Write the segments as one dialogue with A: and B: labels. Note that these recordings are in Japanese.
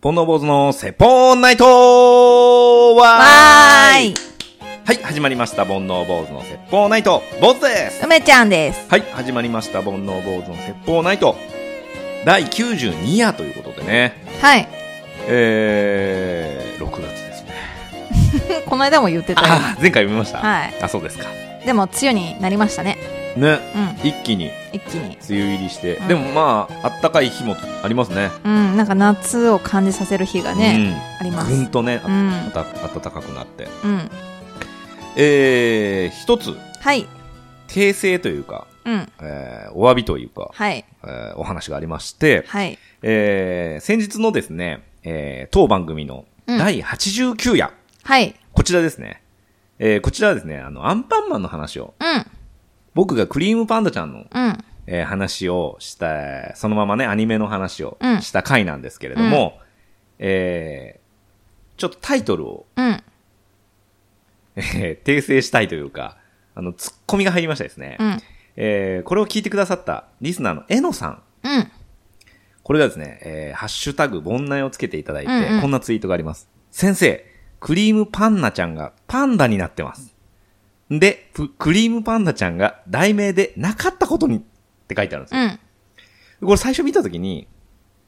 A: ポンの坊主のセポーンナイトは
B: わーい
A: はい、始まりました。煩悩坊主の説法ナイト、坊主です
B: 梅ちゃんです。
A: はい、始まりました。煩悩坊主の説法ナイト、第92夜ということでね、
B: はい。
A: えー、6月ですね。
B: この間も言ってたよ。
A: あー、前回見ました
B: はい
A: あ、そうですか。
B: でも、梅雨になりましたね。
A: ね、
B: うん。
A: 一気に
B: 一気に。
A: 梅雨入りして、
B: うん
A: でもまあ、あったかい日もありますね。
B: うん。なんか夏を感じさせる日がね、あり
A: うん、
B: ます。
A: ぐんとね、あ
B: うん
A: た暖かくなって。
B: うん。
A: えー、一つ、
B: はい。
A: 訂正というか、
B: うん。
A: えー、お詫びというか、
B: はい。
A: えーお話がありまして、
B: はい。
A: えー、先日のですね、えー、当番組の
B: うん
A: 第89夜、
B: はい。
A: こちらですね。えー、こちらはですね、あの、アンパンマンの話を、
B: うん。
A: 僕がクリームパンダちゃんの、
B: うん。
A: えー話をした、そのままね、アニメの話を
B: うん
A: した回なんですけれども、えー、ちょっとタイトルを、
B: うん。
A: えー訂正したいというか、あの、ツッコミが入りましたですね。
B: うん。
A: えーこれを聞いてくださったリスナーのえのさん。
B: うん。
A: これがですね、えーハッシュタグ、盆内をつけていただいて、
B: うんうん
A: こんなツイートがあります。先生、クリームパンナちゃんがパンダになってます。で、プクリームパンダちゃんが題名でなかったことにって書いてあるんです
B: う
A: よ。
B: ん。
A: これ最初見たときに、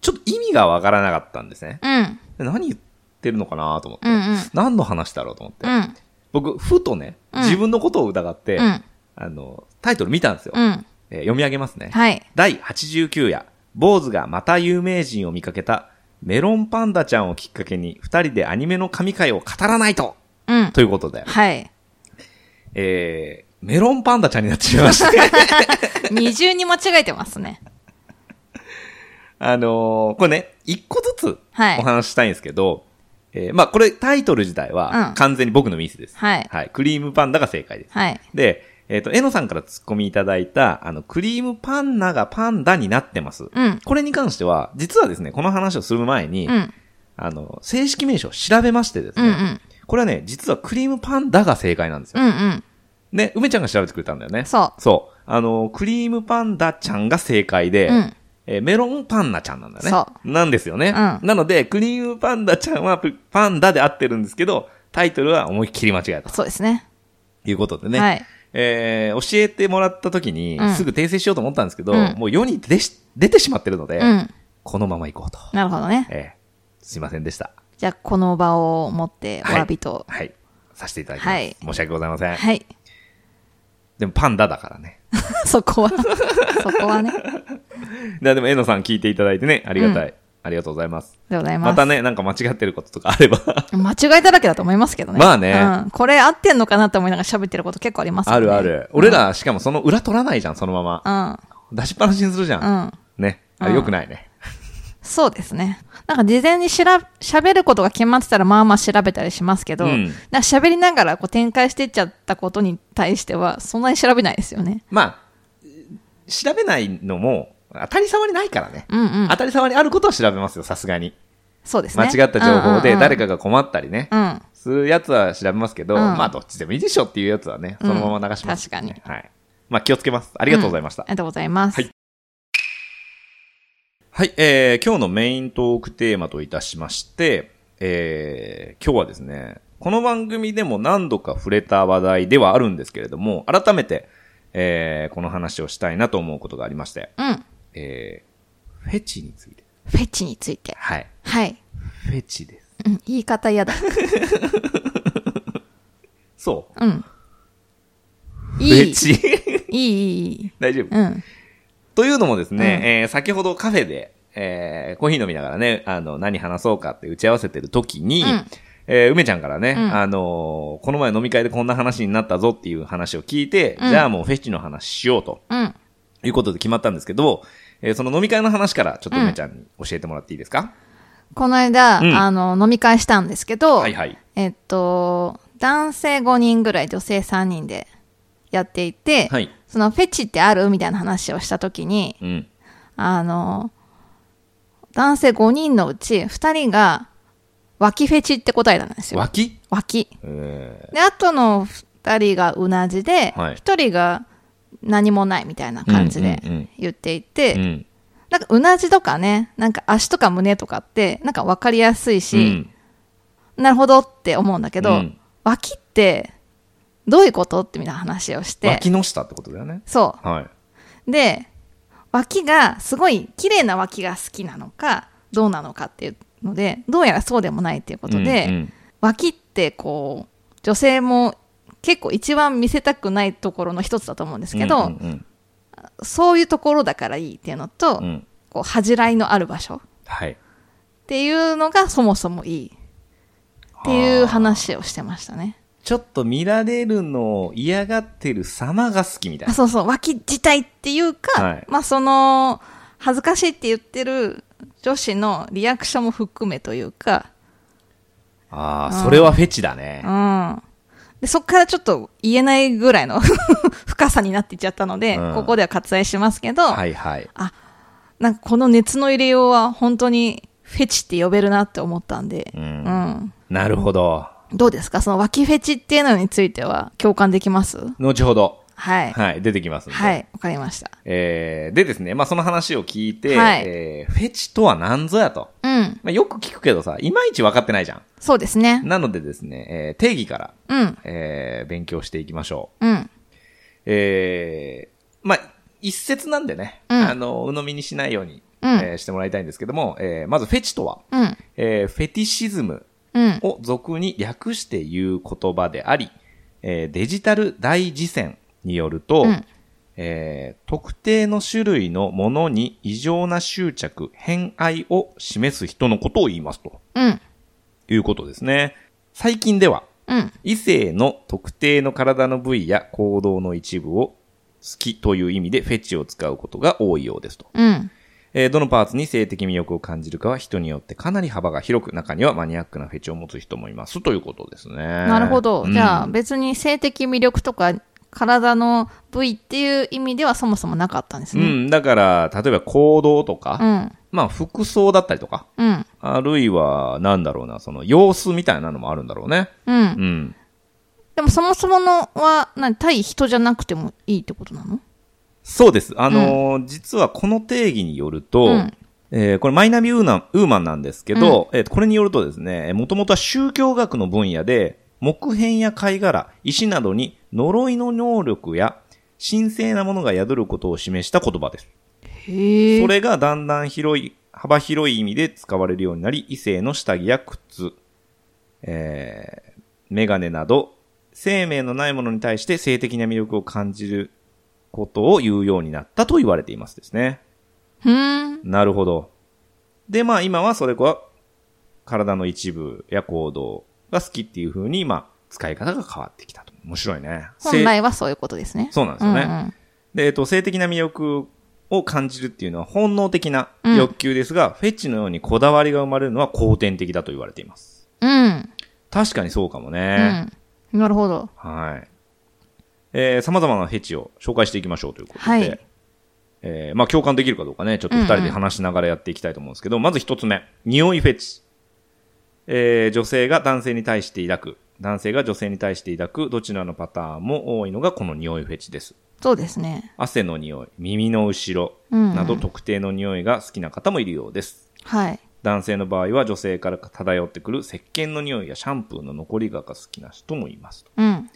A: ちょっと意味がわからなかったんですね。
B: うん。
A: で何言ってるのかなと思って。
B: うん。うん。
A: 何の話だろうと思って。
B: うん。
A: 僕、ふとね、
B: うん
A: 自分のことを疑って、
B: うん。
A: あの、タイトル見たんですよ。
B: うん。
A: えー読み上げますね。
B: はい。
A: 第89夜、坊主がまた有名人を見かけた、メロンパンダちゃんをきっかけに、二人でアニメの神回を語らないと
B: うん。
A: ということで、
B: はい。
A: えー、メロンパンダちゃんになってしまいました。
B: 二重に間違えてますね。
A: あのーこれね、一個ずつ
B: はい
A: お話ししたいんですけど、えーまあこれタイトル自体
B: う
A: は
B: ん
A: 完全に僕のミスです。
B: はい
A: はい。クリームパンダが正解です。
B: はい。
A: で、えっ、と、えのさんからツッコミいただいた、あの、クリームパンナがパンダになってます。
B: うん。
A: これに関しては、実はですね、この話をする前に、
B: うん。
A: あの、正式名称を調べましてです
B: う
A: ね、
B: ん。うん。
A: これはね、実はクリームパンダが正解なんです
B: う
A: よ。
B: ん。うん。
A: ね、梅ちゃんが調べてくれたんだよね。。
B: そう
A: そう。あの、クリームパンダちゃんが正解で、
B: うん
A: えーメロンパンナちゃんなんだよね。。
B: そう
A: なんですよね。
B: うん
A: なので、クリームパンダちゃんはプパンダで合ってるんですけど、タイトルは思いっきり間違えたと
B: そうですね。
A: いうことでね。
B: はい。
A: えー教えてもらった時に
B: うん、
A: すぐ訂正しようと思ったんですけど、
B: うん
A: もう世に出し出てしまってるので、
B: うん。
A: このまま行こうと。
B: なるほどね。
A: えーすいませんでした。
B: じゃあ、この場を持って、お
A: はい
B: 詫びと。
A: はい。させていただきます。
B: はい
A: 申し訳ございません。
B: はい。
A: でもパンダだからね。
B: そこは、そこはね。で
A: だでも、えのさん 聞いていただいてね、ありがたい。ありがとうございます。
B: ございます。
A: またね、なんか間違ってることとか あれば、
B: 間違いだらけだと思いますけどね。
A: まあね
B: うん。これ合ってんのかなって思いながら喋ってること結構あります
A: あ
B: よね。
A: るある。俺ら、しかもその裏取らないじゃん、そのまま。
B: うん。
A: 出しっぱなしにするじゃ。
B: うんん。
A: ね。あれ
B: うん
A: 良くないね。
B: そうですね。なんか事前にしら、喋ることが決まってたらまあまあ調べたりしますけど、
A: うん
B: なんか喋りながらこう展開していっちゃったことに対しては、そんなに調べないですよね。
A: まあ、調べないのも、当たり障りないからね。
B: うんうん
A: 当。たり障りあることは調べますよ、さすがに。
B: そうです
A: 間
B: ね。
A: 違った情報で誰
B: か。
A: かが困ったりね
B: う。ん。
A: するやつは調べますけど、
B: うん
A: まあ、どっちでもいいでしょっていうやつはね、そのまま流します。
B: うん確
A: はい。まあ、気をつけます。ありがとうございました
B: あり。がとうございます。
A: はいはい、えー、今日のメイントークテーマといたしまして、えー、今日はですね、この番組でも何度か触れた話題ではあるんですけれども、改めて、えー、この話をしたいなと思うことがありまして、
B: うん。
A: えー、フェチについて。
B: フェチについて。
A: はい。
B: はい。
A: フェチです。
B: うん。言い方嫌だ。
A: そ
B: うん。
A: う。
B: い
A: フ
B: い。
A: ェチ。
B: いい、いい、いい。
A: 大丈夫。
B: うん。
A: というのもですね、
B: うん
A: えー、先ほどカフェで、えー、コーヒー飲みながらね、あの、何話そうかって打ち合わせてる時に、
B: うん
A: えー梅ちゃんからね、
B: ん
A: あのーこの前飲み会でこんな話になったぞっていう話を聞いて、
B: うん
A: じゃあもうフェチの話しようと
B: うん。
A: いうことで決まったんですけど、えーその飲み会の話からちょっと梅ちゃんに教えてもらっていいですか、
B: この間、
A: うん
B: あの、飲み会したんですけど、
A: はいはい。
B: えっと、男性5人ぐらい、女性3人でやっていて、
A: はい。
B: そのフェチってあるみたいな話をしたときに、
A: うん。
B: あの、男性5人のうち2人が、脇フェチって答えなんですよ。
A: 脇
B: 脇。
A: え
B: で、あとの2人がうなじで、
A: はい
B: 1人が何もないみたいな感じで
A: うんうんうん
B: 言っていて、
A: ーうん。
B: なんかうなじとかね、なんか足とか胸とかって、なんかわかりやすいし、なるほどって思うんだけど、
A: うん
B: 脇って、どういうことってみたいな話をして。
A: 脇の下ってことだよね。
B: そ
A: は
B: う。で、脇が、すごい綺麗な脇が好きなのか、どうなのかっていうので、どうやらそうでもないっていう
A: い。
B: ことで、
A: うんうん
B: 脇ってこう、女性も結構一番見せたくないところの一つだと思うんですけど、
A: うんうん
B: そういうところだからいいっていうのと、
A: うんうん
B: こう恥じらいのある場所っ
A: はい。
B: ていうのがそもそもいいっていう話をしてましたね。
A: ちょっと見られるのを嫌がってる様が好きみたい
B: あ
A: な。
B: そうそう、脇自体っていうか、
A: はい
B: まあその、恥ずかしいって言ってる女子のリアクションも含めというか、
A: ああ、それはフェチだね
B: う。ん。で、そこからちょっと言えないぐらいの 深さになっていっちゃったので、
A: うん
B: ここでは割愛しますけど、
A: はいはい。
B: なんかこの熱の入れようは本当にフェチって呼べるなって思ったんで、
A: う。
B: うんん。
A: なるほど。
B: どうですかその脇フェチっていうのについては共感できます
A: 後ほど。
B: はい。
A: はい、出てきますんで。
B: はい。わかりました。
A: えーでですね、まあ、その話を聞いて、
B: はい
A: えーフェチとは何ぞやと。
B: うん。
A: まあ、よく聞くけどさ、いまいち分かってないじゃ
B: そうですね
A: ん。。なのでですね、えー定義から、
B: うん。
A: えー勉強していきましょう。
B: うん。
A: えーまあ、一説なんでね、
B: うん
A: あの、鵜呑みにしないように、
B: うん
A: えーしてもらいたいんですけども、えーまずフェチとは、
B: うん。
A: えーフェティシズム
B: うん。
A: を俗に略して言う言葉であり、えーデジタル大辞典によると、
B: うん
A: えー特定の種類のものに異常な執着、偏愛を示す人のことを言いますと
B: うん。
A: いうことですね。最近では、
B: うん。
A: 異性の特定の体の部位や行動の一部を好きという意味でフェチを使うことが多いようですと。
B: うん。
A: えーどのパーツに性的魅力を感じるかは人によってかなり幅が広く、中にはマニアックなフェチを持つ人もいますということですね。
B: なるほど。じゃあ、
A: うん
B: 別に性的魅力とか、体の部位っていう意味ではそもそもなかったんです
A: う
B: ね。
A: ん、だから、例えば行動とか、
B: うん。
A: まあ服装だったりとか、
B: うん。
A: あるいは、なんだろうな、その様子みたいなのもあるんだろうね。
B: う。
A: うんん。
B: でもそもそものは、何、対人じゃなくてもいいってことなの
A: そうです。あのー実はこの定義によると、
B: うん
A: えーこれマイナビウーナウーマンなんですけど、えーこれによるとですね、もともとは宗教学の分野で、木片や貝殻、石などに呪いの能力や神聖なものが宿ることを示した言葉です。
B: へ
A: そ
B: え。
A: れがだんだん広い、幅広い意味で使われるようになり、異性の下着や靴、えー、メガネなど、生命のないものに対して性的な魅力を感じることを言うようになったと言われていますですね。
B: ふーん。
A: なるほど。で、まあ今はそれは体の一部や行動が好きっていう風に、まあ使い方が変わってきたと。面白いね。
B: 本
A: 性
B: 来はそういうことですね。
A: そうなんですよね。
B: うんうん
A: で、えっと、性的な魅力を感じるっていうのは本能的な欲求ですが、フェチのようにこだわりが生まれるのは後天的だと言われています。
B: うん。
A: 確かにそうかもね。
B: うん。なるほど。
A: はい。えー、様々なフェチを紹介していきましょうということで、
B: はい
A: えー、まあ共感できるかどうかね、ちょっと二人で話しながらやっていきたいと思うんですけど、まず一つ目、匂いフェチ。えー、女性が男性に対して抱く、男性が女性に対して抱く、どちらのパターンも多いのがこの匂いフェチです。
B: そうですね。
A: 汗の匂い、耳の後ろ
B: うん
A: など特定の匂いが好きな方もいるようです。
B: はい。
A: 男性の場合は女性から漂ってくる石鹸の匂いやシャンプーの残りがが好きな人もいますと。
B: うん。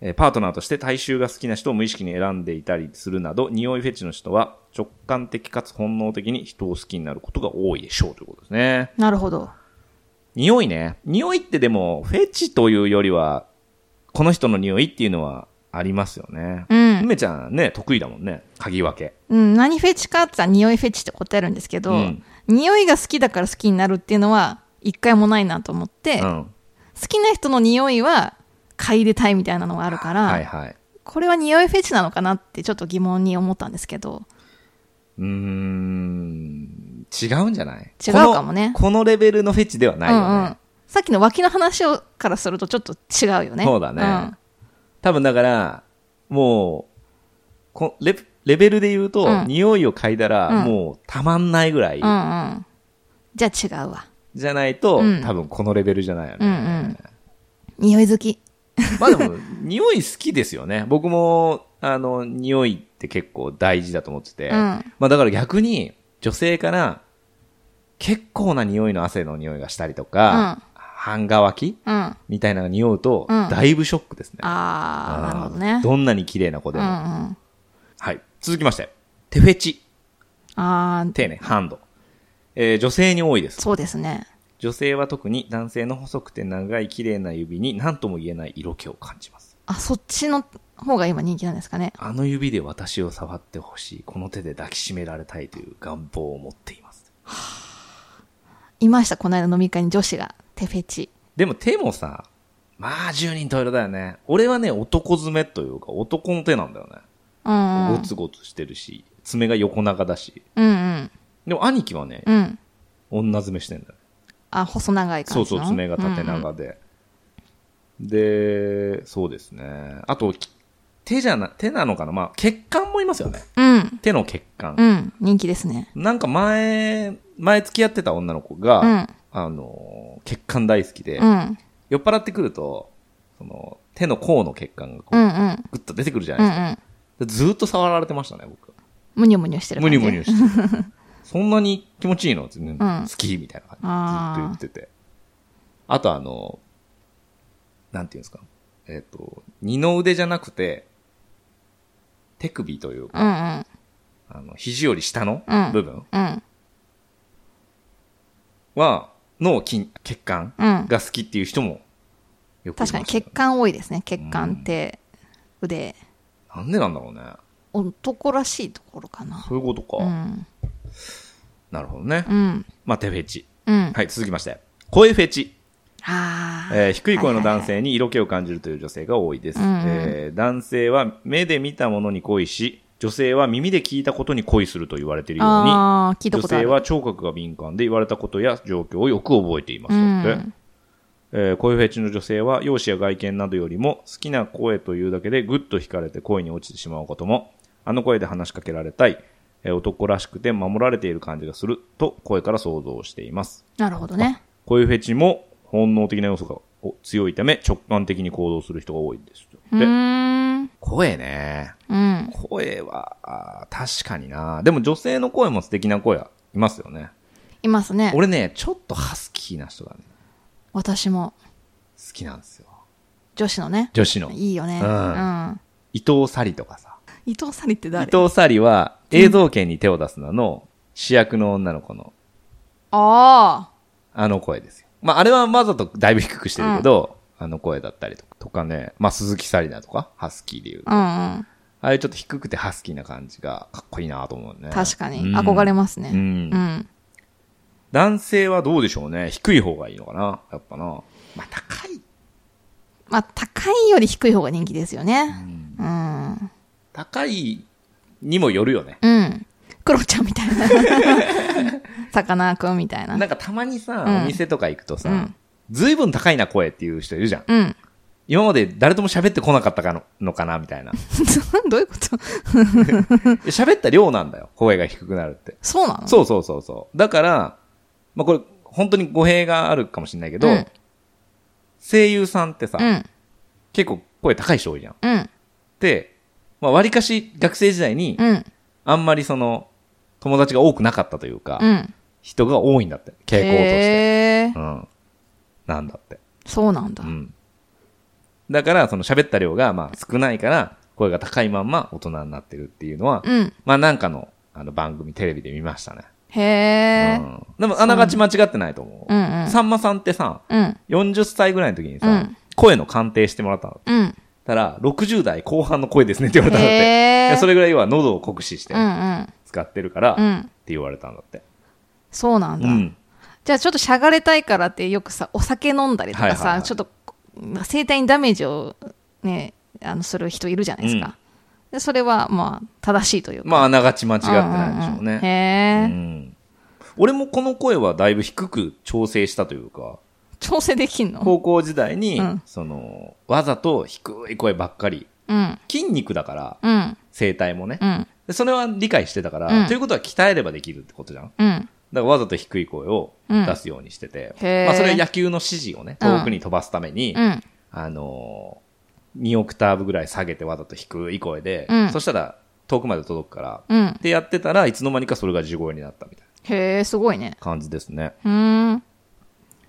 A: えーパートナーとして体臭が好きな人を無意識に選んでいたりするなど、匂いフェチの人は直感的かつ本能的に人を好きになることが多いでしょうということですね。
B: なるほど。
A: 匂いね。匂いってでも、フェチというよりは、この人の匂いっていうのはありますよね。
B: うん
A: 梅ちゃんね、得意だもんね。鍵分け。
B: うん、何フェチかって言ったら匂いフェチって答えるんですけど、
A: うん
B: 匂いが好きだから好きになるっていうのは一回もないなと思って、
A: う
B: 好
A: ん。
B: きな人の匂いは嗅いでたいみたいなのがあるから、
A: はいはい。
B: これは匂いフェチなのかなってちょっと疑問に思ったんですけど、
A: うーん、違うんじゃない
B: 違うかもね
A: このこのレベルのフェチではないよね。
B: うんうん、さっきの脇の話をからするとちょっと違うよね。
A: そうだね多分だから、もう、こレレベルで言うと、
B: うん
A: 匂いを嗅いだら、
B: うん
A: もうたまんないぐらい
B: うん、うんうんじゃあ違うわ。
A: じゃないと、
B: うん
A: 多分このレベルじゃないよ
B: うんう
A: ね。
B: ん。匂い好き。
A: まあでも、匂い好きですよね。僕も、あの、匂いっって結構大事だと思ってて、
B: うん
A: まあだから逆に女性から結構な匂いの汗の匂いがしたりとか、半乾き
B: うん。あ
A: みたいなのが匂うと、
B: うん
A: だいぶショックですね。
B: あー、なるほどね。
A: どんなに綺麗な子で
B: う
A: も。
B: んうん。
A: はい。続きまして、手フェチ、
B: ああ、
A: 手ね、ハンド。えー女性に多いです。
B: そうですね。
A: 女性は特に男性の細くて長い綺麗な指に何とも言えない色気を感じます。
B: あ、そっちの方が今人気なんですかね。
A: あの指で私を触ってほしい。この手で抱きしめられたいという願望を持っています。
B: いました、この間飲み会に女子が。手フェチ。
A: でも手もさ、まあ十人十色だよね。俺はね、男爪というか男の手なんだよね。
B: うんう
A: ゴ
B: ん。
A: ツゴツしてるし、爪が横長だし。
B: うんうん。
A: でも兄貴はね、
B: うん。
A: 女爪してんだよ。
B: あ、細長い
A: そ
B: 感
A: う
B: じ
A: そ
B: の。
A: う、爪が縦長で。で、そうですね。あと、き手じゃな、手なのかなまあ、血管もいますよね。
B: うん。うん。
A: 手の血管。
B: うん。人気ですね。
A: なんか前、前付き合ってた女の子が、
B: うん
A: あの、血管大好きで、
B: うん。
A: 酔っ払ってくると、その、手の甲の血管がこ
B: う
A: う、
B: んうん。
A: ぐっと出てくるじゃな
B: う
A: い
B: んう
A: ですか。
B: ん。
A: でずーっと触られてましたね、僕。
B: むにゅむにゅしてる
A: む
B: 感
A: に
B: じ。
A: ゅむにゅして。 そんなに気持ちいいのって、ね
B: ん
A: 好きみたいな
B: あ
A: 感
B: ー
A: じ。ずっと言ってて。あとあの、なんていうんですか。えっ、と、二の腕じゃなくて、手首というか、
B: うんうん。
A: あの、肘より下の
B: うん
A: 部分
B: うん。
A: は、の筋、血管
B: うん。
A: が好きっていう人もよくいま
B: 確
A: す
B: か
A: よ
B: に
A: ね
B: 血管多いですね。血管って腕。
A: なんでなんだろうね。
B: 男らしいところかな。
A: そういうことか。
B: うん。
A: なるほどね。
B: うん。
A: まあ、手フェチ。
B: うん。
A: はい、続きまして。声フェチ。
B: ああ。
A: えー低い声の男
B: はいはいはい。
A: 性に色気を感じるという女性が多いです。
B: うんうん
A: えー男性は目で見たものに恋し、女性は耳で聞いたことに恋すると言われているように、
B: ああ、聞いた
A: 女
B: ことあ
A: 性
B: る。
A: は聴覚が敏感で言われたことや状況をよく覚えていま
B: う
A: すので、
B: ん。
A: えー声フェチの女性は容姿や外見などよりも好きな声というだけでぐっと惹かれて恋に落ちてしまうこともあの声で話しかけられたい、えー男らしくて守られている感じがすると声から想像しています
B: なるほどね。
A: 声フェチも本能的な要素がお強いため直感的に行動する人が多いんです
B: う
A: で
B: ーん。
A: 声ね
B: うん。
A: 声はあー確かになでも女性の声も素敵な声はいますよね
B: いますね。
A: 俺ねちょっとハスキーな人がね
B: 私も、
A: 好きなんですよ
B: 女子のね。
A: 女子の
B: いいよね。
A: う
B: うんん。
A: 伊藤沙莉とかさ
B: 伊藤沙莉って
A: 伊
B: 誰
A: 藤沙莉は映像権に手を出すなの主役の女の子の
B: あ
A: あの声ですよ。まあ、あれはわざとだいぶ低くしてるけど、あの声だったりとかとかね、まあ、鈴木紗理奈とか、ハスキーでいう。あ
B: あ。うんうん。
A: あいうちょっと低くてハスキーな感じがかっこいいなと思うね。
B: 確かに。
A: うん
B: 憧れます
A: う
B: ね。
A: ん
B: うん。
A: 男性はどうでしょうね。低い方がいいのかなやっぱな。まあ、高い。
B: まあ、高いより低い方が人気ですよね。うん。
A: 高いにもよるよね。
B: うん。クロちゃんみたいな。 さかなクンみたいな。
A: なんかたまにさ、
B: うん
A: お店とか行くとさ、
B: うん
A: ずいぶん高いな声っていう人いるじゃん。
B: うん。
A: 今まで誰とも喋ってこなかったかののかなみた いな。
B: どういうこと
A: 喋った量なんだよ。声が低くなるって。
B: そうなの
A: そうそうそうそう。だから、まあ、これ、本当に語弊があるかもしれないけど、
B: うん
A: 声優さんってさ、
B: うん。
A: 結構声高い人多いじゃん。
B: うん。
A: で、まあ、割かし学生時代に、
B: うん。
A: あんまりその、友達が多くなかったというか、
B: うん。
A: 人が多いんだって、傾向として。
B: へー
A: うん。なんだって。
B: そうなんだ
A: う。ん。だから、その喋った量が、まあ、少ないから、声が高いまんま大人になってるっていうのは、
B: うん。
A: まあ、なんかの、あの、番組、テレビで見ましたね。
B: へ
A: う
B: え。
A: ん。でも、あながち間違ってないと思う。
B: うんうん。
A: さんまさんってさ、
B: うん。
A: 40歳ぐらいの時にさ、
B: うん
A: 声の鑑定してもらったの。
B: うん。
A: たら、60代後半の声ですねって言わ れたんだって。い
B: へ
A: や
B: え。
A: それぐらいは喉を酷使して
B: うんうん。
A: 使ってるから、
B: う
A: って
B: ん。
A: 言われたんだって。
B: そうなん
A: う
B: だ。
A: ん。
B: じゃあちょっとしゃがれたいからってよくさお酒飲んだりと
A: はい
B: かさ、
A: はいはい
B: ちょっとうん声帯にダメージをねあのする人いるじゃないですか、でそれはまあ正しいというか
A: まあ、あながち間違ってないでしょうね。う
B: ねへえ、
A: ん。俺もこの声はだいぶ低く調整したというか、
B: 調整できんの
A: 高校時代に、
B: うん
A: その、わざと低い声ばっかり、
B: うん
A: 筋肉だから、
B: うん
A: 声帯もね
B: う。ん
A: でそれは理解してたから、
B: うん
A: ということは鍛えればできるってことじゃん。
B: うん
A: だからわざと低い声を出すようにしてて、
B: うんへー
A: まあ、それは野球の指示をね、
B: うん
A: 遠くに飛ばすために、
B: うん
A: あのー、2オクターブぐらい下げてわざと低い声で、
B: うん
A: そしたら遠くまで届くから。
B: うん。
A: で、やってたらいつの間にかそれが地声になったみたいな
B: へえ、すごいね。
A: 感じですね。
B: うーん。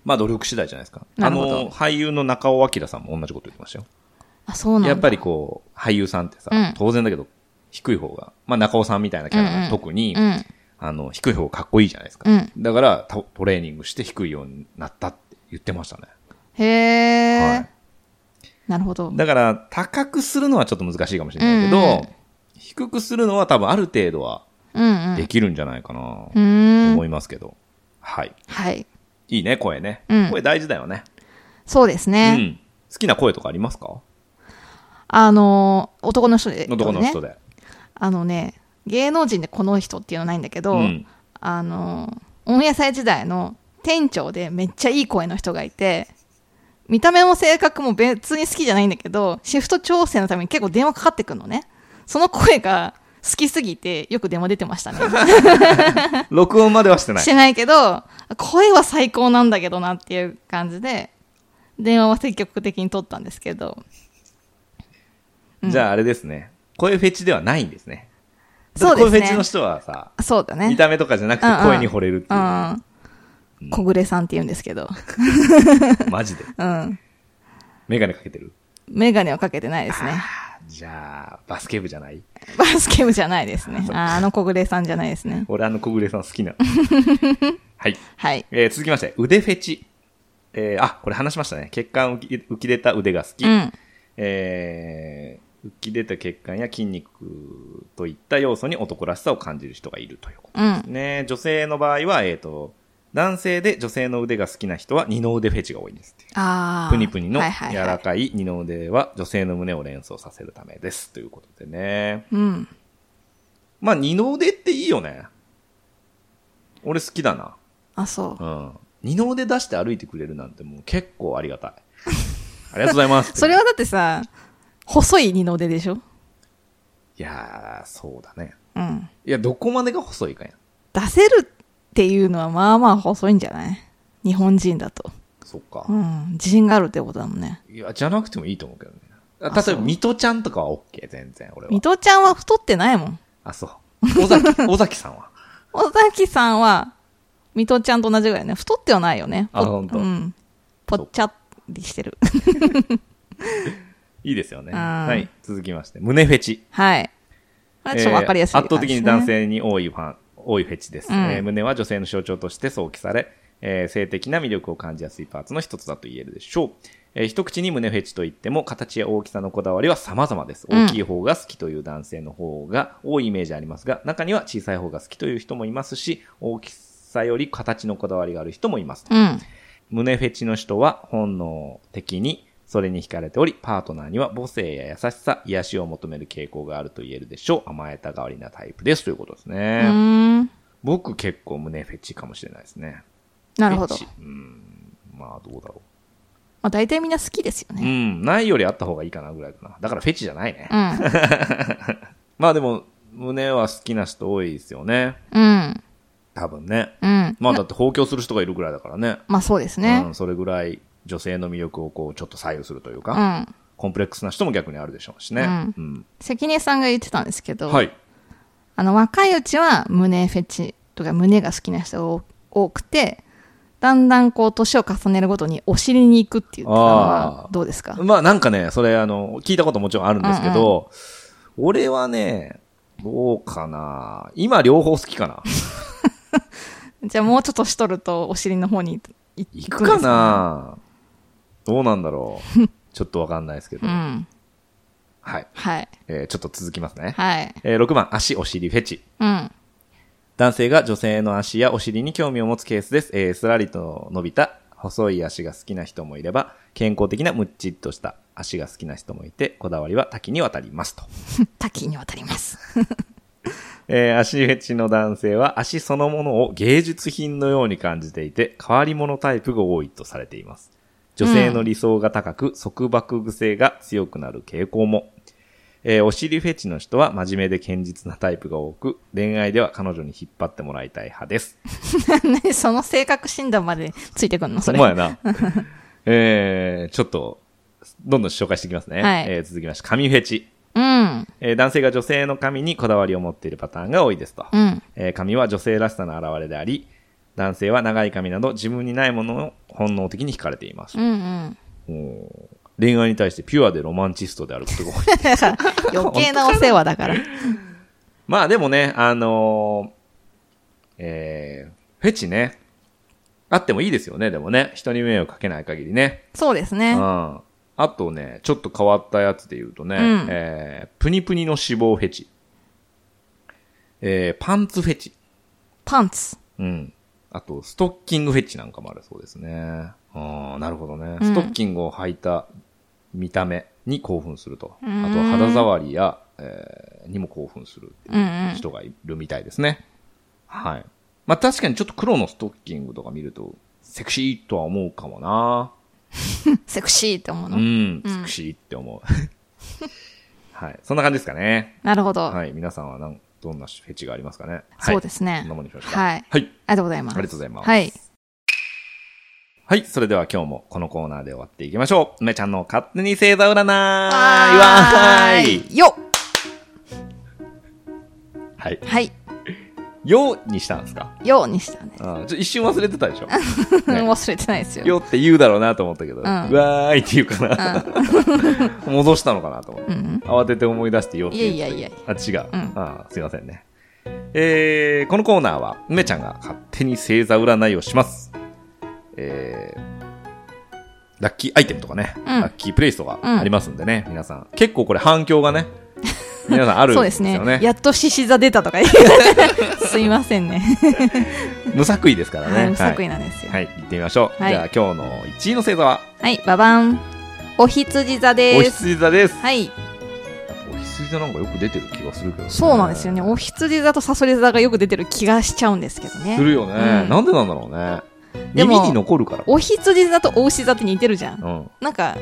A: まあ努力次第じゃないですか。
B: なるほど
A: あの、俳優の中尾明さんも同じこと言ってましたよ。
B: あ、そうなんだ。
A: やっぱりこう、俳優さんってさ、
B: うん
A: 当然だけど、低い方が、まあ中尾さんみたいなキャラ
B: うん
A: が
B: うん
A: 特に、
B: うん。
A: あの、低い方がかっこいいじゃないですか。
B: うん
A: だから、トトレーニングして低いようになったって言ってましたね。
B: へえ、
A: はい
B: なるほど。
A: だから、高くするのはちょっと難しいかもしれないけど、
B: うんうん
A: 低くするのは多分ある程度は
B: うんうん。
A: できるんじゃないかな、
B: うーん。
A: 思いますけど。はい。
B: はい。
A: いいね、声ね。
B: うん
A: 声大事だよね。
B: そうです
A: う
B: ね。
A: ん。好きな声とかありますか
B: あの、男の人で、
A: 男の人
B: ね。
A: で。
B: あのね、芸能人でこの人っていうのないんだけど、
A: うん。
B: あの、温野菜時代の店長でめっちゃいい声の人がいて、見た目も性格も別に好きじゃないんだけど、シフト調整のために結構電話かかってくるのね。その声が好きすぎて、よく電話出てましたね。
A: 録音まではして ない
B: し。てないけど、声は最高なんだけどなっていう感じで、電話は積極的に取ったんですけど、
A: じゃああれですね。声フェチではないんですね。
B: そうですね
A: 声フェチの人はさ、
B: そうだ
A: 見
B: ね。
A: た目とかじゃなくて
B: うんうん
A: 声に惚れるって
B: う
A: いう。
B: ん。小暮さんって言うんですけど、
A: マジで。
B: うん。
A: メガネかけてる。
B: メガネをかけてないで すね。
A: じゃあ、バスケ部じゃない
B: バスケ部じゃないですね。ああの小暮さんじゃないで すね。
A: 俺あの小暮さん好き なの。はい。
B: はい。
A: えー続きまして、腕フェチ。えーあ、これ話しましたね。血管浮き浮き出た腕が好き。
B: うん。
A: えー浮き出た血管や筋肉といった要素に男らしさを感じる人がいるということ
B: う
A: です
B: ん。
A: ね。女性の場合は、えっ、と、男性で女性の腕が好きな人は二の腕フェチが多いんですって。
B: ああ。
A: プニプニの柔
B: はいはいはい
A: らかい二の腕は女性の胸を連想させるためです。ということでね。
B: うん。
A: まあ二の腕っていいよね。俺好きだな。
B: あ、そう
A: う。ん。二の腕出して歩いてくれるなんてもう結構ありがたい。ありがとうございます。
B: それはだってさ、細い二の腕でしょ
A: いやー、そうだね。
B: うん。
A: いや、どこまでが細いかやん。
B: 出せるっていうのはまあまあ細いんじゃない日本人だと。
A: そっか
B: う。ん。自信があるってことだもんね。
A: いや、じゃなくてもいいと思うけどね。あ
B: あそ
A: 例え
B: う
A: ば、水戸ちゃんとかは OK、全然、俺
B: 水
A: は。
B: 戸ちゃんは太ってないもん。
A: あ、そう。尾崎、尾崎さんは。
B: 尾崎さんは、水戸ちゃんと同じぐらいね。太ってはないよね。
A: あ
B: ぽ
A: ほんと
B: うん。ぽっちゃりしてる。
A: いいですよね。
B: うん
A: はい。続きまして、胸フェチ。
B: はい。これはちょっとわかりやすい
A: えー圧
B: 感じ
A: 倒的
B: です
A: に
B: ね
A: 男。性に多いファン、多いフェチです、
B: うん
A: えー胸は女性の象徴として想起され、えー性的な魅力を感じやすいパーツの一つだと言えるでしょう。えー一口に胸フェチといっても、形や大きさのこだわりは様々です。
B: うん
A: 大きい方が好きという男性の方が多いイメージありますが、中には小さい方が好きという人もいますし、大きさより形のこだわりがある人もいます。
B: うん。
A: 胸フェチの人は本能的にそれに惹かれており、パートナーには母性や優しさ、癒しを求める傾向があると言えるでしょう。甘えたがわりなタイプです。ということです
B: う
A: ね。
B: ーん。
A: 僕結構胸フェチかもしれないですね。
B: なるほど
A: フェ。チうん。まあどうだろ
B: まあ大体みんな好きですよ
A: う。う
B: ね。
A: ん。ないよりあった方がいいかなぐらいかな。だからフェチじゃないね。
B: うん。
A: まあでも、胸は好きな人多いですよね。
B: うん。
A: 多分ね。
B: うん。
A: まあだって放狂する人がいるぐらいだからね。
B: まあそうですね
A: う。ん。それぐらい女性の魅力をこうちょっと左右するというか。
B: うん。
A: コンプレックスな人も逆にあるでしょうしね。
B: うん
A: うん
B: 関根さんが言ってたんですけど、
A: はい。
B: あの、若いうちは胸フェチとか胸が好きな人が多くて、だんだんこう、年を重ねるごとにお尻に行くって言ってたの
A: あ
B: は
A: ー
B: どうですか
A: まあなんかね、それあの、聞いたこともちろんあるんですけど、俺はね、どうかな今両方好きかな
B: じゃあもうちょっと年取るとお尻の方に行
A: 行
B: く
A: く
B: んで
A: か
B: す
A: などうなんだろ うちょっとわかんないですけど。
B: うん。
A: はい。
B: はい。
A: えーちょっと続きますね。
B: はい。
A: えー6番、足、お尻、フェチ。
B: うん。
A: 男性が女性の足やお尻に興味を持つケースです。えーすらりと伸びた細い足が好きな人もいれば、健康的なむっちっとした足が好きな人もいて、こだわりは多岐にわたりますと。
B: 多岐にわたります。
A: えー足フェチの男性は足そのものを芸術品のように感じていて、変わり者タイプが多いとされています。女性の理想が高く、束縛癖が強くなる傾向も。えーお尻フェチの人は真面目で堅実なタイプが多く、恋愛では彼女に引っ張ってもらいたい派です。
B: 何その性格診断までついてくんのそれ。
A: ほんまやな。 えー、ちょっと、どんどん紹介していきますね。
B: はい
A: えー続きまして、紙フェチ。
B: うん。
A: えー男性が女性の髪にこだわりを持っているパターンが多いですと。
B: うん。
A: えー髪は女性らしさの表れであり、男性は長い髪など自分にないものを本能的に惹かれています
B: う。ん うん。
A: おー恋愛に対してピュアでロマンチストであることが多 い。
B: 余計なお世話だから。
A: まあでもね、あのーえーフェチね。あってもいいですよね、でもね。人に迷惑かけない限りね。
B: そうです
A: う
B: ね。
A: ん。あとね、ちょっと変わったやつで言うとね、
B: うん
A: えープニプニの脂肪フェチ。えーパンツフェチ。
B: パンツ。
A: うん。あと、ストッキングフェチなんかもあるそうですね。ああ、なるほどね。
B: うん
A: ストッキングを履いた見た目に興奮すると。
B: うーん
A: あと、肌触りや、えーにも興奮する
B: うんうん。
A: 人がいるみたいですね。はい。まあ確かにちょっと黒のストッキングとか見ると、セクシーとは思うかもな。
B: セクシーって思う
A: う
B: の。
A: ん、
B: うん
A: セクシーって思う。はい。そんな感じですかね。
B: なるほど、
A: はい。皆さんはなんどんなフェチがありますかね。
B: そうです
A: はい。
B: ね
A: そん。なもんにしましょうか。
B: はい。あり
A: はい。
B: がとうございます。
A: ありがとうございます
B: はい。
A: はい。それでは今日もこのコーナーで終わっていきましょう。梅ちゃんの勝手に星座占いわーい
B: い。よ
A: はい。
B: はい。
A: よにしたんですか
B: ようにしたね。
A: あーちょ一瞬忘れてたでしょ、 ね
B: 忘れてないですよ。
A: よって言うだろうなと思ったけど、
B: ん
A: わーいって言うかな。 戻したのかなと思って。
B: うん
A: 慌てて思い出してよって言って
B: いやいやいや
A: あ、違う。
B: うん
A: あーすいませんね。えー、このコーナーは、梅ちゃんが勝手に星座占いをします。えー、ラッキーアイテムとかね、
B: うん
A: ラッキープレイスとかありますんでね、皆さん。結構これ反響が ね、皆さんあ
B: う
A: る
B: ん。
A: ん
B: そう
A: で
B: ですす
A: よね。
B: ね。やっと獅子座出たとか言 うすいませんね。
A: 無作為ですからね。
B: はい。無作為
A: は
B: なんですよ。
A: い、はい行ってみましょう。
B: はい
A: じゃあ今日の1位の星座は、
B: はい。ババン。お羊座
A: お
B: で
A: ひ
B: す。
A: つじ座です。
B: はい。
A: おひつじ座なんかよく出てる気がするけど、ね、
B: そうなんですよね。お羊座とサソリ座がよく出てる気がしちゃうんですけど
A: す
B: ね。
A: るよね、
B: うん
A: なんでなんだろうね。
B: でも
A: 耳に残るから。
B: お羊座とお牛座って似てるじゃん。
A: うん。
B: なんか、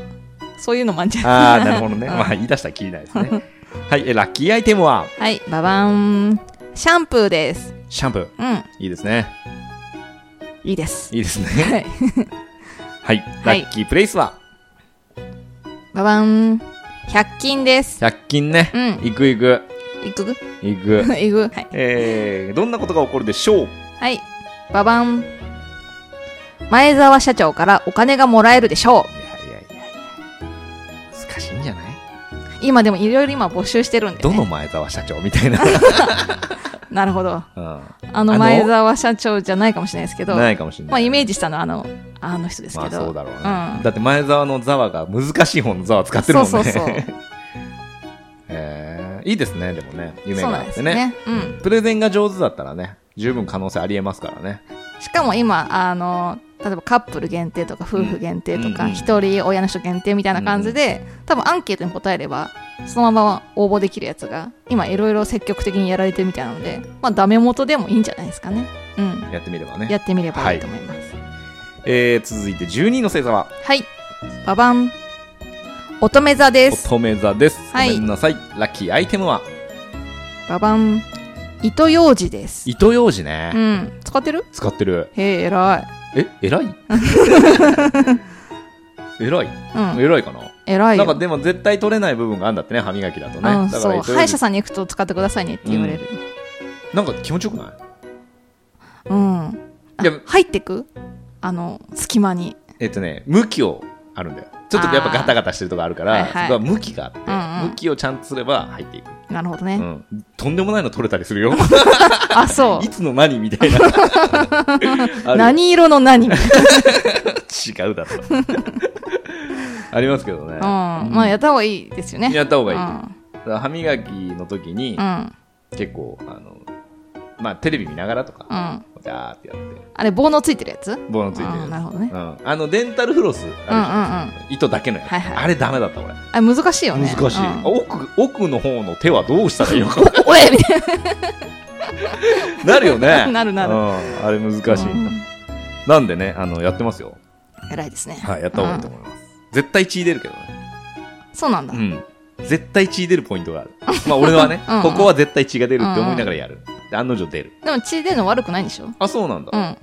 B: そういうのもあんじゃん。
A: ああ、なるほどね。
B: うん
A: まあ、言い出したらきりないですね。はい、えラッキーアイテムは、
B: はい。ババン。シャンプーです。
A: シャンプー。
B: うん。
A: いいですね。
B: いいです。
A: いいです
B: は
A: ね。
B: い。
A: はい、ラ
B: はい
A: ッキープレイスは、
B: ババン。100均です。
A: 100均ね。
B: うん。
A: 行く行く。
B: いくぐ
A: 行く。
B: いくはい。
A: えー、どんなことが起こるでしょう
B: はい。ババン。前澤社長からお金がもらえるでしょう。
A: いやいやいや難しいんじゃない
B: 今でもいろいろ今募集してるんで、ね。
A: どの前澤社長みたいな。
B: なるほど。
A: う
B: あの前澤社長じゃないかもしれないですけ
A: ん。
B: ど、
A: ないかもしれない。
B: まあイメージしたのはあの、あの人です
A: ま
B: け
A: あ
B: ど。
A: そうだろうね。
B: ん
A: だって前澤のザワが難しい方のザワ使ってるもんね。
B: そうそうそう
A: えーいいですね、でもね。夢
B: そう
A: があっ
B: なんで
A: て
B: す
A: ね。
B: ね。うん。
A: プレゼンが上手だったらね、十分可能性ありえますからね。
B: しかも今、あの、例えばカップル限定とか夫婦限定と
A: う
B: か、
A: んうん
B: 一、人親の人限定みたいな感じで、多分アンケートに答えれば、そのまま応募できるやつが、今いろいろ積極的にやられてるみたいなので、まあダメ元でもいいんじゃないですかね。うん。
A: やってみればね
B: や。ってみればいいと思います。
A: えー、続いて12位の星座は、
B: はい。ババン。乙女座です。
A: 乙女座です。ご
B: はい
A: めんなさい。ラッキーアイテムは、
B: ババン。糸ようじです。
A: 糸ようじ
B: う
A: ね。
B: ん。使ってる
A: 使ってる。
B: へえ、偉い。
A: え、偉 い偉い
B: うん。
A: 偉いかな
B: 偉い
A: な
B: よ。
A: んかでも絶対取れない部分があるんだってね、歯磨きだとね。
B: う
A: だ
B: ん、
A: から
B: そう。
A: 糸
B: 歯
A: よう
B: 医
A: じ
B: 者さんに行くと使ってくださいねって言われる。
A: なんか気持ちよくない
B: うん。あ
A: でも
B: 入ってくあの、隙間に。
A: えっとね、向きをあるんだよ。ちょっとやっぱガタガタしてるとこあるから、
B: あーはいはい
A: そこは向きがあって、
B: うんうん
A: 向きをちゃんとすれば入っていく。
B: なるほど
A: う
B: ね。
A: ん。とんでもないの取れたりするよ。
B: あ、そ
A: いつの何み たいな。あ
B: う。
A: る
B: 何色の何うん。
A: 違うだ ろ。ありますけどね。
B: まあ、やった方がいいですよね。
A: やった方がいい。
B: う
A: だ
B: ん
A: から歯磨きの時に、
B: うん。
A: 結構、あの、まあ、テレビ見ながらとか、
B: うん。
A: ジャーってやって、
B: あれ、棒のついてるやつ
A: ボーナついてる
B: あ
A: や
B: ー
A: つ。
B: なるほどね
A: うん。あの、デンタルフロスあるじゃん。糸だけのやつ。
B: はいはい
A: あれダメだった、俺。
B: あれ、難しいよね。
A: 難しい、
B: うん
A: 奥奥の方の手はどうしたらいいの か
B: おえみたい
A: なるよね
B: なるなる
A: うんあれ難
B: な。
A: しい、
B: うん
A: なんでねあのやってますよ
B: 偉いですね。
A: はいやった方がいいと思います、絶対血出るけどね
B: そうなんだ
A: う。ん絶対血出るポイントがあるまあ俺はね
B: うんうん
A: ここは絶対血が出るって思いながらやるで案の定出る
B: でも血出るの悪くないんでしょ
A: あそうなんだ、
B: うん。 わ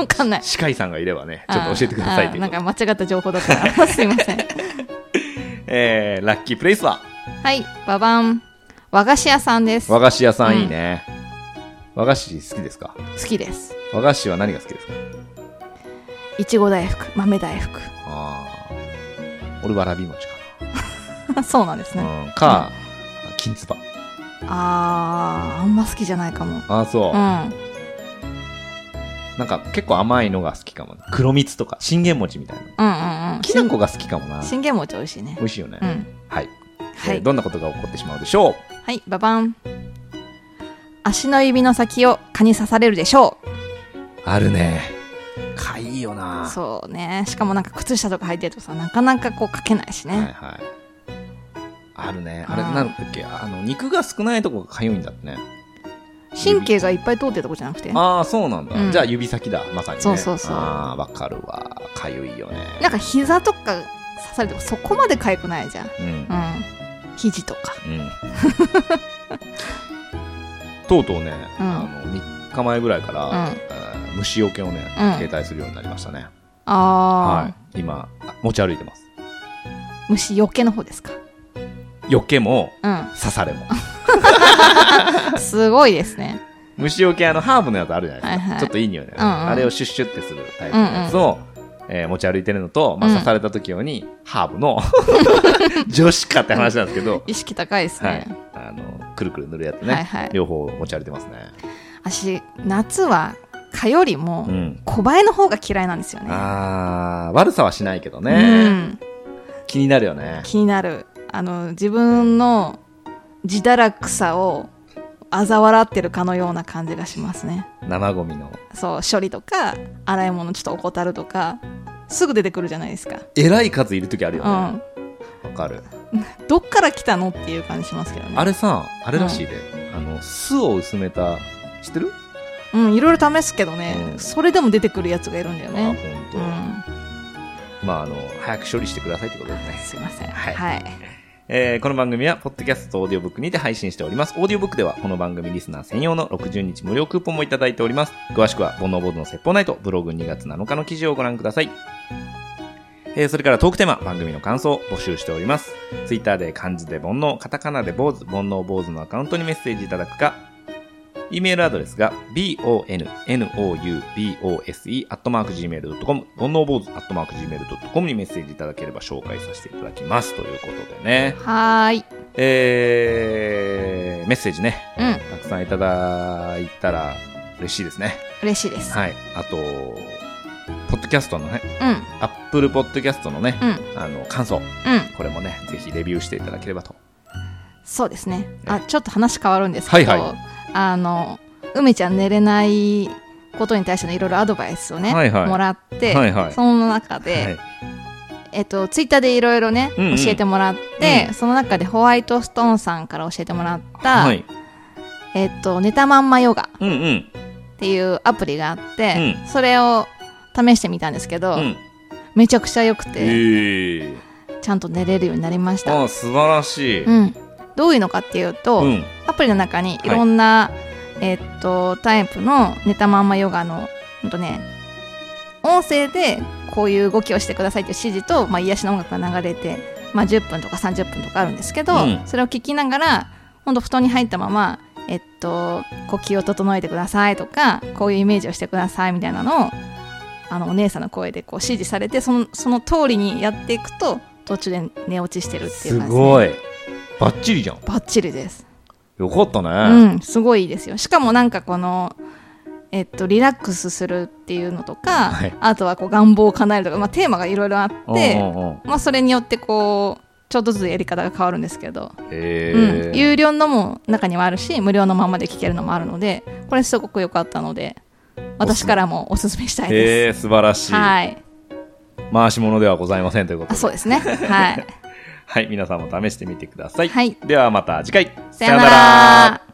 A: え
B: かんな
A: ー
B: い。
A: 歯科医さんがいればねちょっと教えてください
B: あ
A: と
B: ー
A: いうこ
B: なん
A: と
B: か間違った情報だったら。すいません。
A: で、えー、ラッキープレイスは
B: はいババン和菓子屋さんです
A: 和
B: 好
A: 菓子屋さ
B: うんん
A: いいね、和菓子好きですか
B: きです
A: 和菓子は何が好きですか
B: いちご大福豆大福
A: あー俺わらび餅か
B: そうなんです
A: な、
B: ね
A: うん、か、きんつば
B: あーあんま好きじゃないかも
A: ああそう
B: う、ん
A: なんか結構甘いのが好きかもね黒蜜とか信玄餅みたいな
B: うんうんうん
A: きな粉が好きかもな
B: 信玄餅美味しいね
A: 美味しいよね、
B: うん
A: はい、
B: は
A: えー
B: い
A: どんなことが起こってしまうでしょう
B: はいババン足の指の先を蚊に刺されるでしょ
A: あるねかいいよ
B: う
A: な
B: そうねしかもなんか靴下とか履いてるとさなかなかこうかけないしね、
A: はいはいあるねあれ
B: あー
A: なんだっけあの肉が少ないとこがかゆいんだってね
B: 神経がいっぱい通ってるとこじゃなくて
A: ああそうなんだ、
B: うん
A: じゃあ指先だまさにね
B: そうそうそう
A: ああわかるわかゆいよね
B: なんか膝とか刺されてもそこまで痒くないじゃん。
A: うんうん、
B: うん。肘とか。
A: とうとうね、
B: うん
A: あの3日前ぐらいから、
B: うん
A: あー虫よけをね
B: うん
A: 携帯するようになりましたね、は
B: ああ、
A: い今あ持ち歩いてます
B: 虫よけの方ですか。
A: よけも
B: う
A: 刺され も
B: ん。すごいですね。
A: 虫よけあのハーブのやつあるじゃないですか、
B: はいはい
A: ちょっといい匂いのやつ、
B: うんうん
A: あれをシュッシュってするタイプのやつを、えー持ち歩いてるのと、まあ、
B: うん
A: 刺された時用に、ハーブ の女子かって話なんですけど、
B: 意識高いです
A: は
B: ね。
A: い、あのくるくる塗るやつね、
B: はいはい
A: 両方持ち歩いてますね、
B: 私、夏は蚊よりも
A: うん、
B: 小バエの方が嫌いなんですよね。
A: あー悪さはしないけど
B: う
A: ね、
B: ん。
A: 気になるよね
B: 気になる。あの、自分の自堕落さを嘲笑ってるかのような感じがしますね。
A: 生ゴミの
B: そう、処理とか、洗い物ちょっと怠るとか、すぐ出てくるじゃないですか。
A: えらい数いる時あるよね
B: うん
A: わ、。かる
B: どっから来たのっていう感じしますけどね。
A: あれさあれらしいで、あの酢を薄めた知ってる、
B: うん、いろいろ試すけどね、
A: うん
B: それでも出てくるやつがいるんだよ
A: あほん
B: ね。
A: と、
B: うん、
A: まああの早く処理してくださいってことですね
B: すいません。
A: はい
B: はい。
A: えーこの番組は、ポッドキャストとオーディオブックにて配信しております。オーディオブックでは、この番組リスナー専用の60日無料クーポンもいただいております。詳しくは、煩悩ボードの説法ナイト、ブログ2月7日の記事をご覧ください。えーそれからトークテーマ、番組の感想を募集しております。ツイッターで漢字で煩悩、カタカナで坊主、煩悩坊主のアカウントにメッセージいただくか、e メールアドレスが bonoubose.gmail.com、煩悩坊主 .gmail.com にメッセージいただければ紹介させていただきます。ということでね。
B: はーい。
A: えー、メッセージね、
B: うん、
A: たくさんいただいたら嬉しいですね。
B: 嬉しいです。
A: はい。あと、ポッドキャストのね、
B: うん、うん、
A: アップルポッドキャストのね、あの、感想、
B: うん。
A: これもね、ぜひレビューしていただければと。
B: そうですね。
A: え
B: あ、ちょっと話変わるんですけど、
A: はいは
B: あの、梅ちゃん寝れないことに対してのいろいろアドバイスをね、
A: はいはい
B: もらって、
A: はいはい
B: その中で、
A: はい
B: えっと、ツイッターでいろいろね、
A: うんうん
B: 教えてもらって、
A: う
B: その中でホワイトストーンさんから教えてもらった、
A: はい。
B: えっと、寝たまんまヨガ。
A: うんうん。
B: っていうアプリがあって、
A: う
B: それを試してみたんですけど、
A: うん。
B: めちゃくちゃ良くて、
A: ええ
B: ちゃんと寝れるようになりました、
A: あ、素晴らしい。
B: う。ん、どういうのかっていうと、
A: うん。
B: アプリの中にいろんな、えっとタイプの寝たまんまヨガの、ほんとね、音声でこういう動きをしてくださいっていう指示と、まあ、癒しの音楽が流れて、まあ、10分とか30分とかあるんですけど、
A: うん
B: それを聞きながら本当布団に入ったまま、えっと、呼吸を整えてくださいとかこういうイメージをしてくださいみたいなのをあのお姉さんの声でこう指示されてそのその通りにやっていくと途中で寝落ちしてるってい
A: す
B: う感じ
A: ご
B: い
A: い。バッチリじゃん。
B: バッチリです
A: よかったね。
B: うん、すごいいいですよしかもなんかこの、えっと、リラックスするっていうのとか、
A: はい
B: あとはこう願望を叶えるとか、まあ、テーマがいろいろあって、
A: うんうんうん
B: まあ、それによってこうちょっとずつやり方が変わるんですけど、
A: え
B: うん、
A: え
B: 有料のも中にはあるし無料のままで聞けるのもあるのでこれすごく良かったので私からもおすすめしたい
A: え
B: で
A: え素晴らし
B: す。
A: い。
B: はい、
A: 回し物ではございませんということ
B: あ
A: で。
B: そうですね。はい、
A: はい、皆さんも試してみてください。
B: はい
A: ではまた次回。
B: さよなら。